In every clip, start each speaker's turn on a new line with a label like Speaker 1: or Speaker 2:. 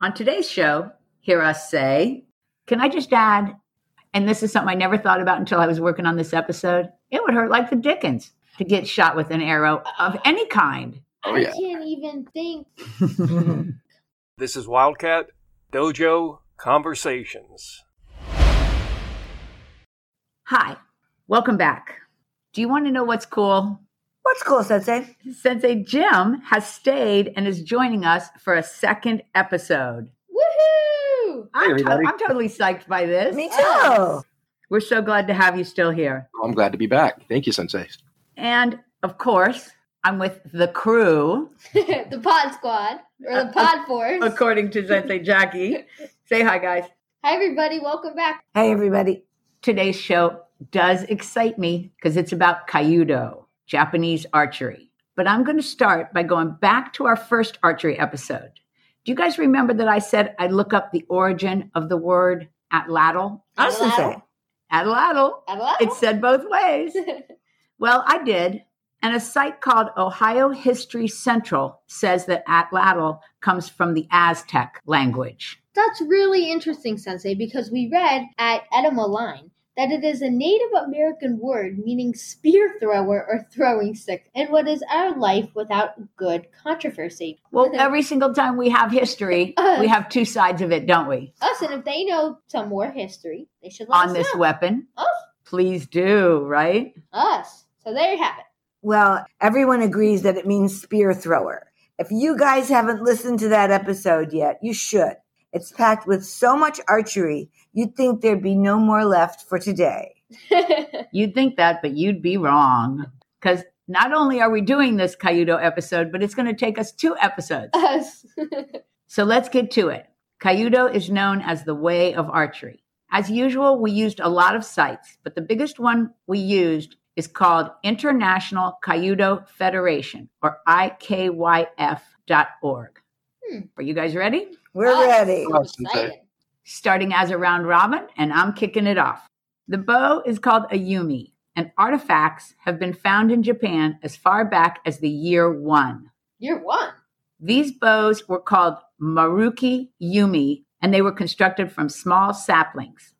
Speaker 1: On today's show, hear us say, Can I just add? And this is something I never thought about until I was working on this episode. It would hurt like the dickens to get shot with an arrow of any kind.
Speaker 2: Oh,
Speaker 3: I
Speaker 2: yeah.
Speaker 3: can't even think.
Speaker 4: This is Wildcat Dojo Conversations.
Speaker 1: Hi, welcome back. Do you want to know what's cool?
Speaker 5: What's cool, Sensei?
Speaker 1: Sensei Jim has stayed and is joining us for a second episode.
Speaker 3: Woohoo!
Speaker 1: I'm, to-
Speaker 2: everybody.
Speaker 1: I'm totally psyched by this.
Speaker 5: Me
Speaker 1: Oh.
Speaker 5: too.
Speaker 1: We're so glad to have you still here.
Speaker 2: I'm glad to be back. Thank you, Sensei.
Speaker 1: And of course, I'm with the crew,
Speaker 3: the pod squad or the
Speaker 1: Uh,
Speaker 3: pod force.
Speaker 1: according to Sensei Jackie. Say hi, guys.
Speaker 3: Hi everybody, welcome back.
Speaker 5: Hey, everybody.
Speaker 1: Today's show does excite me because it's about Kyudo, Japanese archery. But I'm going to start by going back to our first archery episode. Do you guys remember that I said I'd look up the origin of the word atlatl?
Speaker 5: Us,
Speaker 3: Hello.
Speaker 5: Sensei.
Speaker 1: Atlatl.
Speaker 3: Hello.
Speaker 1: It's said both ways. Well, I did. And a site called Ohio History Central says that atlatl comes from the Aztec language.
Speaker 3: That's really interesting, Sensei, because we read at Edema Line that it is a Native American word meaning spear thrower or throwing stick. And what is our life without good controversy?
Speaker 1: Well, every single time we have history, we have two sides of it, don't we?
Speaker 3: us, and if they know some more history, they should let
Speaker 1: On
Speaker 3: us
Speaker 1: this
Speaker 3: know.
Speaker 1: weapon.
Speaker 3: Oh.
Speaker 1: Please do, right?
Speaker 3: Us. So there you have it.
Speaker 5: Well, everyone agrees that it means spear thrower. If you guys haven't listened to that episode yet, you should. It's packed with so much archery, you'd think there'd be no more left for today.
Speaker 1: You'd think that, but you'd be wrong. Because not only are we doing this Cayudo episode, but it's going to take us two episodes.
Speaker 3: us.
Speaker 1: So let's get to it. Cayudo is known as the way of archery. As usual, we used a lot of sites, but the biggest one we used is called International Cayudo Federation or IKYF.org.
Speaker 3: Hmm.
Speaker 1: Are you guys ready?
Speaker 5: We're
Speaker 3: Us.
Speaker 5: ready.
Speaker 3: I'm excited.
Speaker 1: starting as a round robin, and I'm kicking it off. The bow is called a yumi, and artifacts have been found in Japan as far back as the year one.
Speaker 3: You're one.
Speaker 1: These bows were called maruki yumi, and they were constructed from small saplings.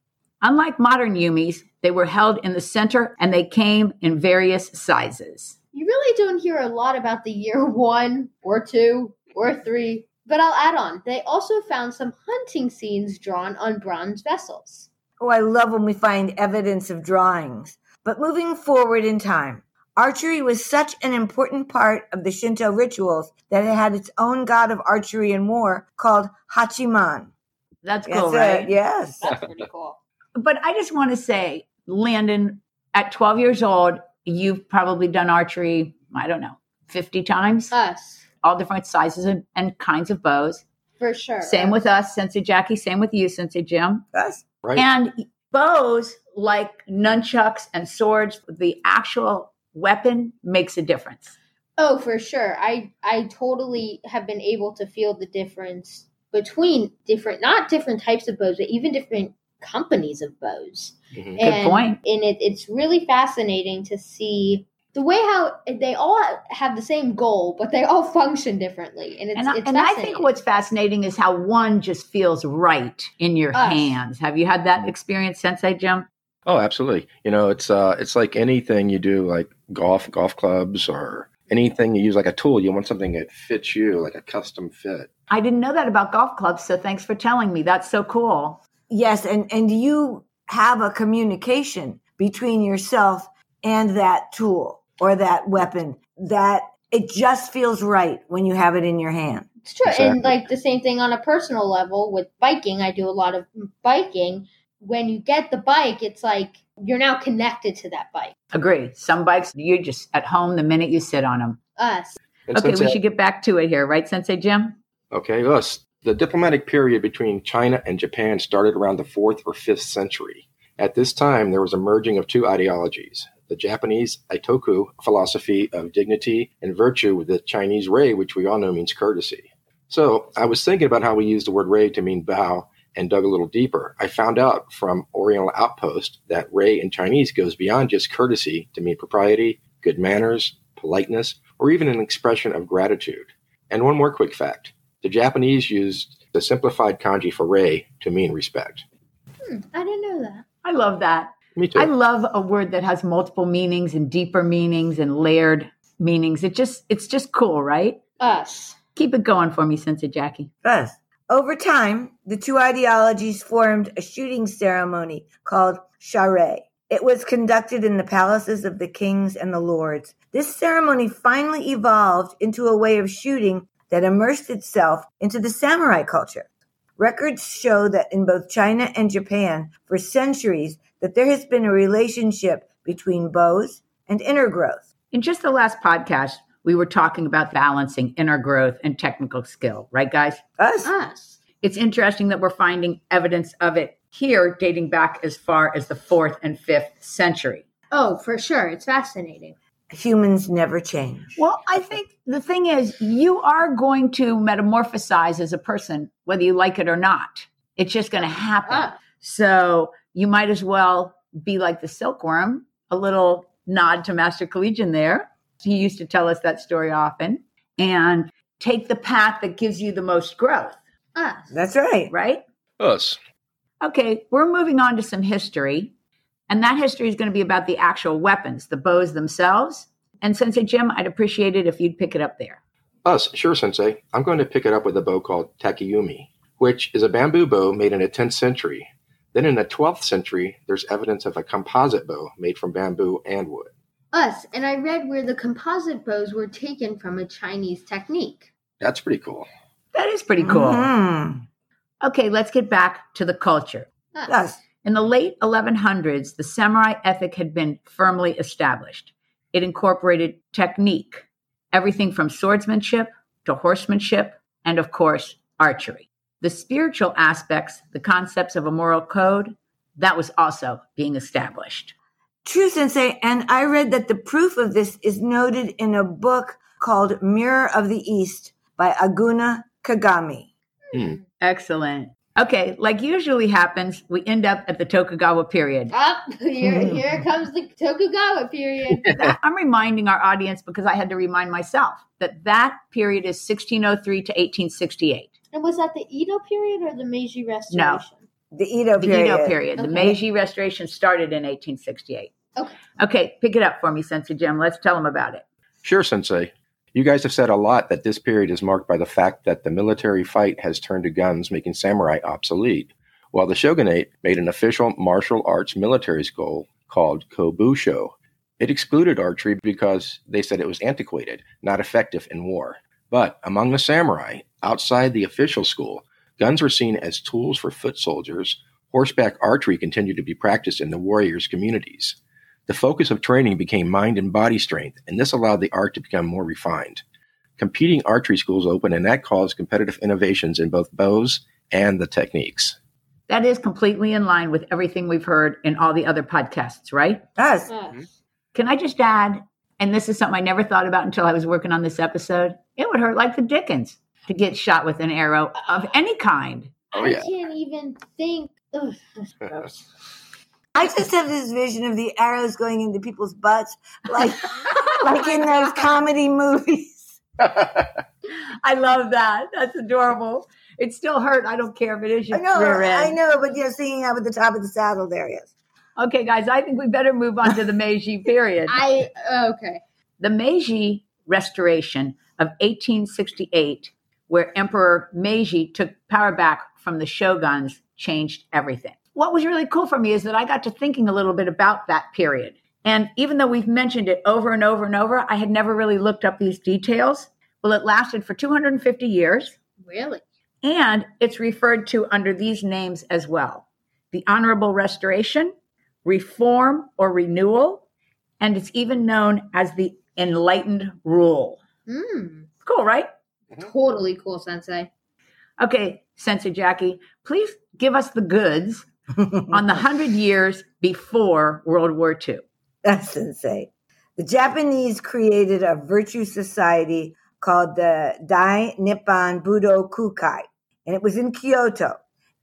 Speaker 1: Unlike modern yumis, they were held in the center and they came in various sizes.
Speaker 3: You really don't hear a lot about the year one or two or three, but I'll add on. They also found some hunting scenes drawn on bronze vessels.
Speaker 5: Oh, I love when we find evidence of drawings. But moving forward in time, archery was such an important part of the Shinto rituals that it had its own god of archery and war called Hachiman.
Speaker 1: That's
Speaker 5: Yes,
Speaker 1: cool,
Speaker 5: uh,
Speaker 1: right?
Speaker 5: Yes.
Speaker 3: That's pretty cool.
Speaker 1: But I just want to say, Landon, at 12 years old, you've probably done archery, I don't know, 50 times,
Speaker 3: Us,
Speaker 1: all different sizes and, and kinds of bows.
Speaker 3: for sure.
Speaker 1: Same with us, Sensei Jackie, same with you, Sensei Jim.
Speaker 5: Yes.
Speaker 2: Right.
Speaker 1: And bows, like nunchucks and swords, the actual weapon makes a difference.
Speaker 3: Oh, for sure. I I totally have been able to feel the difference between different, not different types of bows, but even different companies of bows.
Speaker 2: Mhm.
Speaker 1: Mm-hmm. Good point.
Speaker 3: And it, it's really fascinating to see the way how they all have the same goal, but they all function differently. And it's,
Speaker 1: and I,
Speaker 3: it's
Speaker 1: and I think
Speaker 3: fascinating.
Speaker 1: what's fascinating is how one just feels right in your
Speaker 3: Us.
Speaker 1: hands. Have you had that experience, Sensei Jim?
Speaker 2: Oh, absolutely. You know, it's uh, it's like anything you do, like golf, golf clubs, or anything you use like a tool. You want something that fits you, like a custom fit.
Speaker 1: I didn't know that about golf clubs, so thanks for telling me. That's so cool.
Speaker 5: Yes, and and you have a communication between yourself and that tool or that weapon that it just feels right when you have it in your hand.
Speaker 3: It's true.
Speaker 2: Exactly.
Speaker 3: And like the same thing on a personal level with biking, I do a lot of biking. When you get the bike, it's like you're now connected to that bike.
Speaker 1: Agree. Some bikes you're just at home the minute you sit on them.
Speaker 3: Us.
Speaker 2: And
Speaker 1: Okay,
Speaker 2: Sensei-
Speaker 1: we should get back to it here, right, Sensei Jim?
Speaker 2: Okay, thus, the diplomatic period between China and Japan started around the 4th or 5th century. At this time, there was a merging of two ideologies the Japanese Itoku philosophy of dignity and virtue with the Chinese Rei, which we all know means courtesy. So, I was thinking about how we use the word Rei to mean bow and dug a little deeper. I found out from Oriental Outpost that Rei in Chinese goes beyond just courtesy to mean propriety, good manners, politeness, or even an expression of gratitude. And one more quick fact. The The Japanese used the simplified kanji for rei to mean respect.
Speaker 3: Hmm, I didn't know that.
Speaker 1: I love that.
Speaker 2: Me too.
Speaker 1: I love a word that has multiple meanings and deeper meanings and layered meanings. It just it's just cool, right?
Speaker 3: Us.
Speaker 1: Keep it going for me, Sensei Jackie.
Speaker 5: Thus, over time, the two ideologies formed a shooting ceremony called charret. It was conducted in the palaces of the kings and the lords. This ceremony finally evolved into a way of shooting that immersed itself into the samurai culture. Records show that in both China and Japan for centuries that there has been a relationship between bows and intergrowth.
Speaker 1: In just the last podcast, we were talking about balancing inner growth and technical skill, right guys?
Speaker 5: Us?
Speaker 1: Ah.
Speaker 3: Us.
Speaker 1: It's interesting that we're finding evidence of it here dating back as far as the 4th and 5th century.
Speaker 3: Oh, for sure. It's fascinating.
Speaker 5: Humans never change.
Speaker 1: Well, I think the thing is, you are going to metamorphosize as a person, whether you like it or not. It's just going to happen.
Speaker 3: Us.
Speaker 1: So you might as well be like the silkworm. A little nod to Master Collegian there. He used to tell us that story often. And take the path that gives you the most growth,
Speaker 3: Us.
Speaker 5: That's right.
Speaker 1: right?
Speaker 2: Us.
Speaker 1: Okay, we're moving on to some history. And that history is going to be about the actual weapons, the bows themselves. And Sensei Jim, I'd appreciate it if you'd pick it up there.
Speaker 2: Us, sure, Sensei. I'm going to pick it up with a bow called Takayumi, which is a bamboo bow made in the 10th century. Then in the 12th century, there's evidence of a composite bow made from bamboo and wood.
Speaker 3: Us. And I read where the composite bows were taken from a Chinese technique.
Speaker 2: That's pretty cool.
Speaker 1: That is pretty cool.
Speaker 5: Mhm.
Speaker 1: Okay, let's get back to the culture.
Speaker 3: Us.
Speaker 5: Thus,
Speaker 1: In the late 1100s, the samurai ethic had been firmly established. It incorporated technique, everything from swordsmanship to horsemanship, and of course, archery. The spiritual aspects, the concepts of a moral code, that was also being established.
Speaker 5: True, Sensei. And I read that the proof of this is noted in a book called Mirror of the East by Aguna Kagami.
Speaker 1: Excellent. Okay, like usually happens, we end up at the Tokugawa period.
Speaker 3: Up. Here, here comes the Tokugawa period.
Speaker 1: That- I'm reminding our audience because I had to remind myself that that period is 1603 to 1868.
Speaker 3: and was that the Edo period or the Meiji Restoration?
Speaker 5: The Edo
Speaker 1: the
Speaker 5: period.
Speaker 1: Edo period. The
Speaker 3: Okay.
Speaker 1: Meiji Restoration started in 1868.
Speaker 3: Okay.
Speaker 1: Okay, pick it up for me, Sensei Jim. Let's tell them about it.
Speaker 2: Sure, Sensei. You guys have said a lot that this period is marked by the fact that the military fight has turned to guns, making samurai obsolete, while the shogunate made an official martial arts military school called Kobusho. It excluded archery because they said it was antiquated, not effective in war. But among the samurai, outside the official school, guns were seen as tools for foot soldiers. Horseback archery continued to be practiced in the warriors' communities. The focus of training became mind and body strength, and this allowed the art to become more refined. Competing archery schools opened, and that caused competitive innovations in both bows and the techniques.
Speaker 1: That is completely in line with everything we've heard in all the other podcasts, right?
Speaker 5: Us.
Speaker 2: Mm-hmm.
Speaker 3: Us.
Speaker 1: Can I just add, and this is something I never thought about until I was working on this episode, it would hurt like the dickens to get shot with an arrow of any kind.
Speaker 2: Oh,
Speaker 3: I
Speaker 2: yeah.
Speaker 3: can't even think. Ugh.
Speaker 5: I just have this vision of the arrows going into people's butts, like like in those comedy movies.
Speaker 1: I love that. That's adorable. It still hurt. I don't care if it is
Speaker 5: I
Speaker 1: your
Speaker 5: know,
Speaker 1: rear end.
Speaker 5: I know, but you're singing out at the top of the saddle. There it is.
Speaker 1: Okay, guys, I think we better move on to the Meiji period.
Speaker 3: I okay.
Speaker 1: the Meiji Restoration of 1868, where Emperor Meiji took power back from the shoguns, changed everything. What was really cool for me is that I got to thinking a little bit about that period. And even though we've mentioned it over and over and over, I had never really looked up these details. Well, it lasted for 250 years
Speaker 3: Really?
Speaker 1: and it's referred to under these names as well the Honorable Restoration, Reform or Renewal, and it's even known as the Enlightened Rule.
Speaker 3: Hmm.
Speaker 1: Cool, right?
Speaker 3: Totally cool, Sensei.
Speaker 1: Okay, Sensei Jackie, please give us the goods on the 100 years before World War II.
Speaker 5: That's insane. The Japanese created a virtue society called the Dai Nippon Budo Kukai, and it was in Kyoto.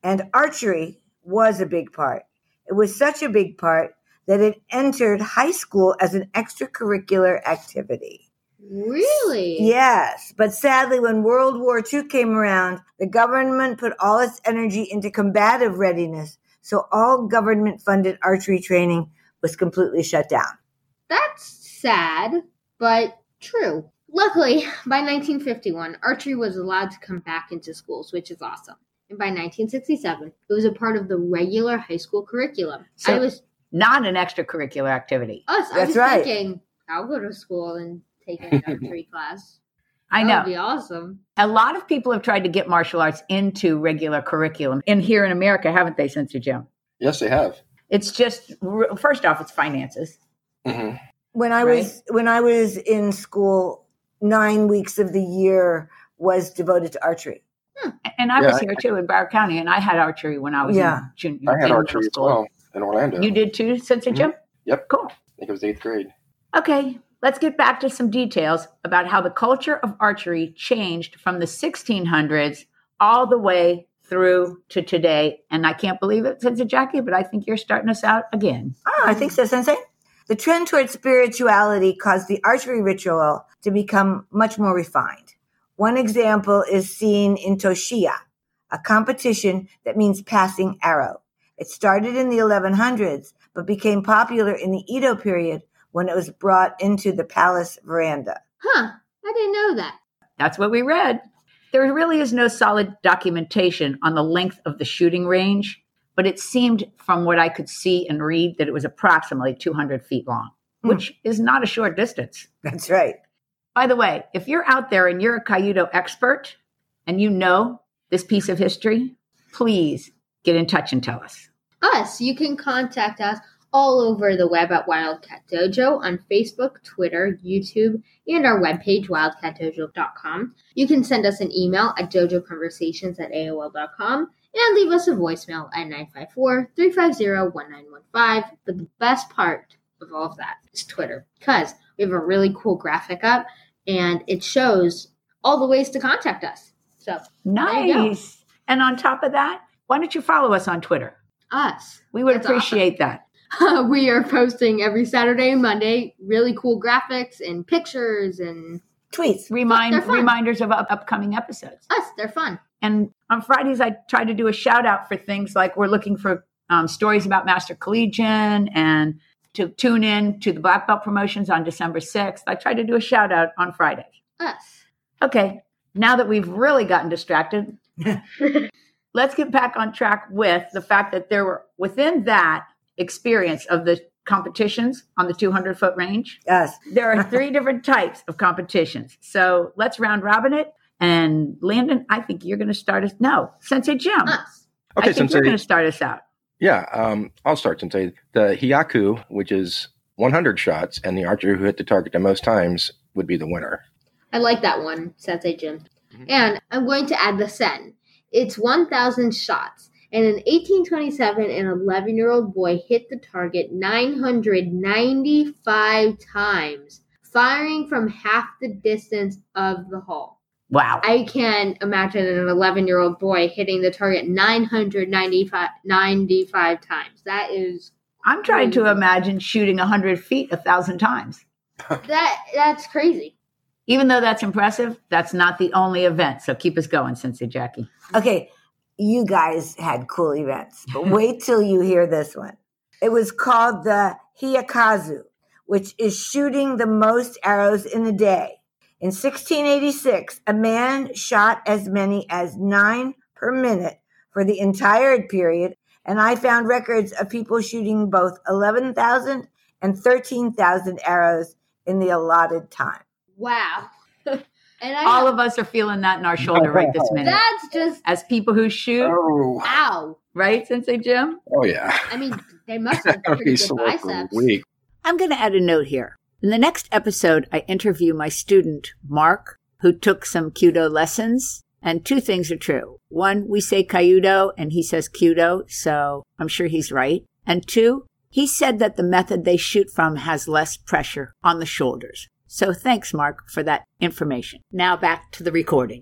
Speaker 5: And archery was a big part. It was such a big part that it entered high school as an extracurricular activity.
Speaker 3: Really?
Speaker 5: Yes, but sadly, when World War II came around, the government put all its energy into combative readiness, so all government funded archery training was completely shut down.
Speaker 3: That's sad, but true. Luckily, by 1951, archery was allowed to come back into schools, which is awesome. And by 1967, it was a part of the regular high school curriculum.
Speaker 1: So-
Speaker 3: I was
Speaker 1: Not an extracurricular activity.
Speaker 3: us. I
Speaker 5: That's
Speaker 3: was
Speaker 5: right.
Speaker 3: thinking I'll go to school and take an archery class.
Speaker 1: I
Speaker 3: That
Speaker 1: know.
Speaker 3: would be awesome.
Speaker 1: A lot of people have tried to get martial arts into regular curriculum in here in America, haven't they, Sensei Jim?
Speaker 2: Yes, they have.
Speaker 1: It's just r- first off, it's finances.
Speaker 2: hmm
Speaker 5: When I was when I was in school, nine weeks of the year was devoted to archery.
Speaker 1: And I
Speaker 2: Yeah,
Speaker 1: was here too in Broward County, and I had archery when I was
Speaker 5: Yeah.
Speaker 1: in junior
Speaker 2: I had
Speaker 1: in middle
Speaker 2: archery as
Speaker 1: school.
Speaker 2: well in Orlando.
Speaker 1: You did too, Sensei Jim.
Speaker 2: Yep.
Speaker 1: Cool.
Speaker 2: I think it was eighth grade.
Speaker 1: Okay, let's get back to some details about how the culture of archery changed from the 1600s all the way through to today. And I can't believe it, Sensei Jackie, but I think you're starting us out again.
Speaker 5: Ah, I think so, Sensei. The trend towards spirituality caused the archery ritual to become much more refined. One example is seen in Toshiya, a competition that means passing arrow. It started in the 1100s, but became popular in the Edo period when it was brought into the palace veranda.
Speaker 3: Huh. I didn't know that.
Speaker 1: That's what we read. There really is no solid documentation on the length of the shooting range, but it seemed from what I could see and read that it was approximately 200 feet long,
Speaker 5: Hmm.
Speaker 1: which is not a short distance.
Speaker 5: That's right.
Speaker 1: By the way, if you're out there and you're a Cayudo expert and you know this piece of history, please get in touch and tell us.
Speaker 3: Us. You can contact us all over the web at Wildcat Dojo on Facebook, Twitter, YouTube, and our webpage, wildcatdojo.com. You can send us an email at dojoconversations at AOL.com and leave us a voicemail at 954 350 1915. But the best part of all of that is Twitter because we have a really cool graphic up and it shows all the ways to contact us. So, There you go.
Speaker 1: Nice. And on top of that, why don't you follow us on Twitter?
Speaker 3: us.
Speaker 1: We would
Speaker 3: That's
Speaker 1: appreciate that.
Speaker 3: Uh, we are posting every Saturday and Monday really cool graphics and pictures and
Speaker 5: Tweets.
Speaker 1: Remind
Speaker 3: They're fun.
Speaker 1: reminders of up- upcoming episodes.
Speaker 3: us. They're fun.
Speaker 1: And on Fridays, I try to do a shout out for things like we're looking for um, stories about Master Collegian and to tune in to the Black Belt promotions on December 6th. I try to do a shout out on Fridays.
Speaker 3: Us.
Speaker 1: Okay, now that we've really gotten distracted, let's get back on track with the fact that there were within that experience of the competitions on the 200 foot range,
Speaker 5: Yes.
Speaker 1: there are three different types of competitions. So let's round robin it. And Landon, I think you're going to start us. No, Sensei Jim,
Speaker 3: Us.
Speaker 1: I
Speaker 2: Okay,
Speaker 1: think you're
Speaker 2: Sensei.
Speaker 1: going to start us out.
Speaker 2: Yeah, um, I'll start Sensei. The hiyaku, which is 100 shots, and the archer who hit the target the most times would be the winner.
Speaker 3: I like that one, Sensei Jim.
Speaker 2: Mhm.
Speaker 3: And I'm going to add the sen. It's 1,000 shots. And in 1827, an 11 year old boy hit the target 995 times, firing from half the distance of the hole.
Speaker 1: Wow.
Speaker 3: I can imagine an 11 year old boy hitting the target 995 95 times. That is
Speaker 1: I'm trying to imagine shooting 100 feet a thousand times.
Speaker 3: that that's crazy.
Speaker 1: Even though that's impressive, that's not the only event. So keep us going, Sensei Jackie.
Speaker 5: Okay, you guys had cool events, but wait till you hear this one. It was called the Hiakazu, which is shooting the most arrows in a day. In 1686, a man shot as many as nine per minute for the entire period, and I found records of people shooting both 11,000 and 13,000 arrows in the allotted time.
Speaker 3: Wow. and I
Speaker 1: All of us are feeling that in our shoulder right this minute.
Speaker 3: that's just
Speaker 1: As people who shoot,
Speaker 2: Oh,
Speaker 3: ow.
Speaker 1: right, Sensei Jim?
Speaker 2: oh yeah.
Speaker 3: I mean, they must have
Speaker 2: That'd be
Speaker 3: pretty
Speaker 2: so
Speaker 3: good biceps.
Speaker 2: weak.
Speaker 1: I'm going to add a note here. In the next episode, I interview my student, Mark, who took some Kudo lessons. And two things are true. One, we say Kyudo and he says Kudo, so I'm sure he's right. And two, he said that the method they shoot from has less pressure on the shoulders. So thanks, Mark, for that information. Now back to the recording.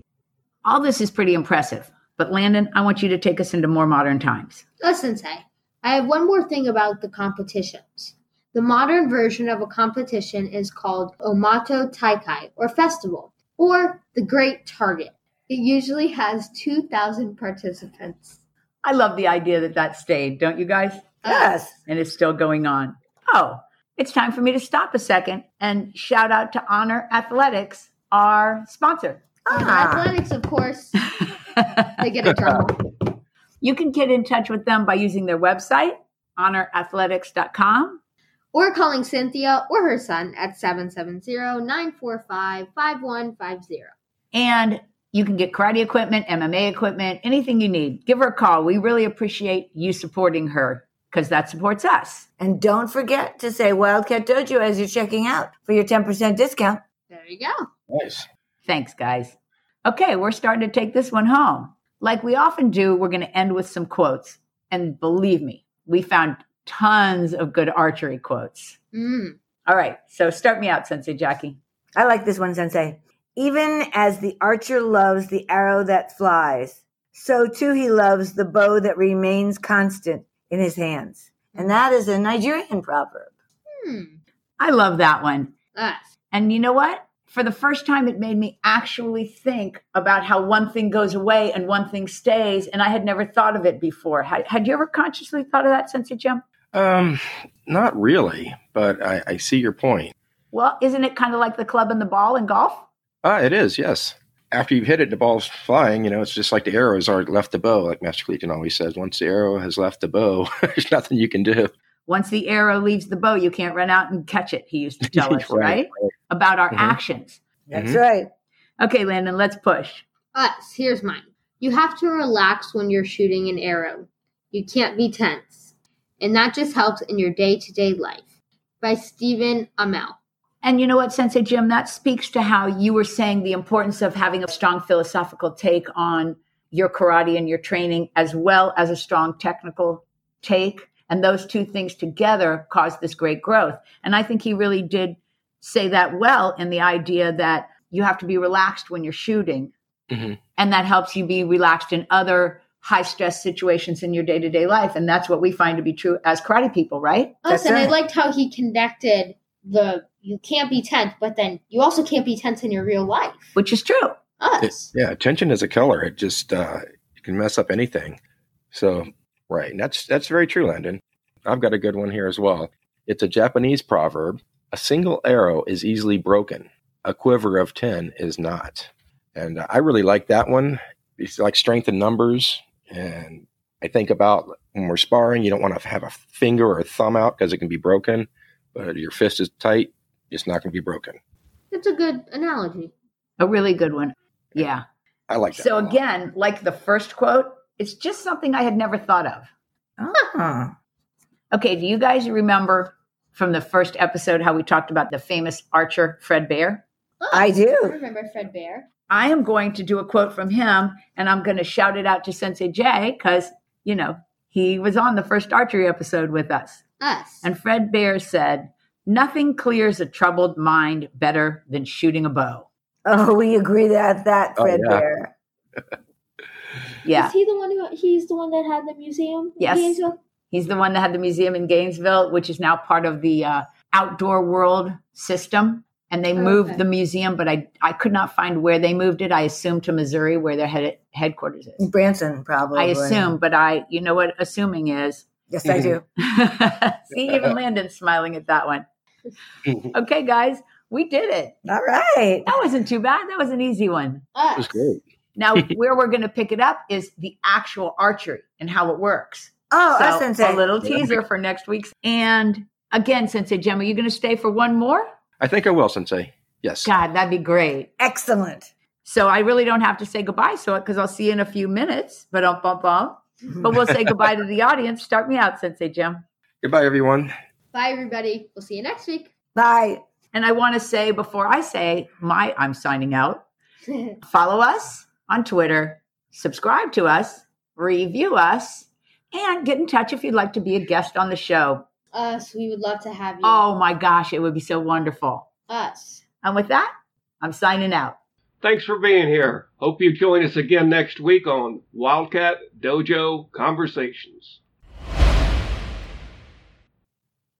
Speaker 1: All this is pretty impressive, but Landon, I want you to take us into more modern times.
Speaker 3: Listen, Sensei, I have one more thing about the competitions. The modern version of a competition is called Omato Taikai, or festival, or the Great Target. It usually has 2,000 participants.
Speaker 1: I love the idea that that stayed, don't you guys?
Speaker 5: Yes.
Speaker 1: And it's still going on. Oh, it's time for me to stop a second and shout out to Honor Athletics, our sponsor.
Speaker 3: And
Speaker 5: Ah.
Speaker 3: athletics, of course, they get a drum.
Speaker 1: you can get in touch with them by using their website, honorathletics.com.
Speaker 3: or calling Cynthia or her son at 770-945-5150.
Speaker 1: And you can get karate equipment, MMA equipment, anything you need. Give her a call. We really appreciate you supporting her because that supports us.
Speaker 5: And don't forget to say Wildcat Dojo as you're checking out for your 10% discount.
Speaker 3: There you go.
Speaker 2: Nice.
Speaker 1: Thanks, guys. Okay, we're starting to take this one home. Like we often do, we're going to end with some quotes. And believe me, we found tons of good archery quotes.
Speaker 3: Mm.
Speaker 1: All right, so start me out, Sensei Jackie.
Speaker 5: I like this one, Sensei. Even as the archer loves the arrow that flies, so too he loves the bow that remains constant in his hands. And that is a Nigerian proverb.
Speaker 3: Hmm.
Speaker 1: I love that one.
Speaker 3: Us.
Speaker 1: And you know what? For the first time, it made me actually think about how one thing goes away and one thing stays. And I had never thought of it before. Had, had you ever consciously thought of that, Sensei Jim?
Speaker 2: Um, not really, but I, I see your point.
Speaker 1: Well, isn't it kind of like the club and the ball in golf?
Speaker 2: Ah, it is, yes. After you've hit it, the ball's flying. You know, it's just like the arrows are left the bow, like Master Cleaton always says. Once the arrow has left the bow, there's nothing you can do.
Speaker 1: Once the arrow leaves the bow, you can't run out and catch it, he used to tell us, right? About our
Speaker 2: Mhm.
Speaker 1: actions.
Speaker 5: That's
Speaker 2: Mhm.
Speaker 5: right.
Speaker 1: Okay, Landon, let's push.
Speaker 3: Us. Here's mine. You have to relax when you're shooting an arrow. You can't be tense. And that just helps in your day-to-day life. By Stephen Amell.
Speaker 1: And you know what, Sensei Jim, that speaks to how you were saying the importance of having a strong philosophical take on your karate and your training, as well as a strong technical take. And those two things together caused this great growth. And I think he really did say that well in the idea that you have to be relaxed when you're shooting.
Speaker 2: Mhm.
Speaker 1: And that helps you be relaxed in other high stress situations in your day to day life. And that's what we find to be true as karate people, right?
Speaker 3: Us,
Speaker 5: That's
Speaker 3: and I
Speaker 5: right.
Speaker 3: liked how he connected the you can't be tense, but then you also can't be tense in your real life.
Speaker 1: Which is true.
Speaker 3: Us.
Speaker 2: Yeah, attention is a color. It just uh, it can mess up anything. So, right, and that's that's very true, Landon. I've got a good one here as well. It's a Japanese proverb: a single arrow is easily broken, a quiver of ten is not. And I really like that one. It's like strength in numbers, and I think about when we're sparring, you don't want to have a finger or a thumb out because it can be broken. But if your fist is tight; it's not going to be broken.
Speaker 3: That's a good analogy.
Speaker 1: A really good one. Yeah.
Speaker 2: I like that.
Speaker 1: So
Speaker 2: a lot.
Speaker 1: again, like the first quote, it's just something I had never thought of.
Speaker 5: Ah.
Speaker 1: Okay, do you guys remember from the first episode how we talked about the famous archer Fred Bear?
Speaker 3: Us.
Speaker 5: I do.
Speaker 3: Oh, I remember Fred Bear.
Speaker 1: I am going to do a quote from him and I'm going to shout it out to Sensei Jay cuz, you know, he was on the first archery episode with us.
Speaker 3: Us.
Speaker 1: And Fred Bear said, "Nothing clears a troubled mind better than shooting a bow."
Speaker 5: Oh, we agree that that
Speaker 2: Oh,
Speaker 5: Fred
Speaker 2: yeah.
Speaker 5: Bear.
Speaker 1: Yeah.
Speaker 3: Is he the one who he's the one that had the museum? in
Speaker 1: Yes.
Speaker 3: Gainesville?
Speaker 1: He's the one that had the museum in Gainesville, which is now part of the uh, outdoor world system. And they moved
Speaker 3: Okay.
Speaker 1: the museum, but I, I could not find where they moved it. I assume to Missouri, where their head, headquarters is.
Speaker 5: Branson, probably.
Speaker 1: I assume, but I, you know what assuming is.
Speaker 5: Yes, I do.
Speaker 1: See, even Landon's smiling at that one. Okay, guys, we did it.
Speaker 5: All right.
Speaker 1: That wasn't too bad. That was an easy one.
Speaker 3: Us.
Speaker 2: It was great.
Speaker 1: Now, where we're going to pick it up is the actual archery and how it works.
Speaker 5: Oh,
Speaker 1: So,
Speaker 5: us Sensei.
Speaker 1: a little teaser for next week's. And again, Sensei Jim, are you going to stay for one more?
Speaker 2: I think I will, Sensei. Yes.
Speaker 1: God, that'd be great.
Speaker 5: Excellent.
Speaker 1: So I really don't have to say goodbye, so because I'll see you in a few minutes. But um, bum, bum. but we'll say goodbye to the audience. Start me out, Sensei Jim.
Speaker 2: Goodbye, everyone.
Speaker 3: Bye, everybody. We'll see you next week.
Speaker 5: Bye.
Speaker 1: And I want to say before I say my, I'm signing out. Follow us on Twitter, subscribe to us, review us, and get in touch if you'd like to be a guest on the show.
Speaker 3: Us. We would love to have you.
Speaker 1: Oh my gosh, it would be so wonderful.
Speaker 3: Us.
Speaker 1: And with that, I'm signing out.
Speaker 4: Thanks for being here. Hope you join us again next week on Wildcat Dojo Conversations.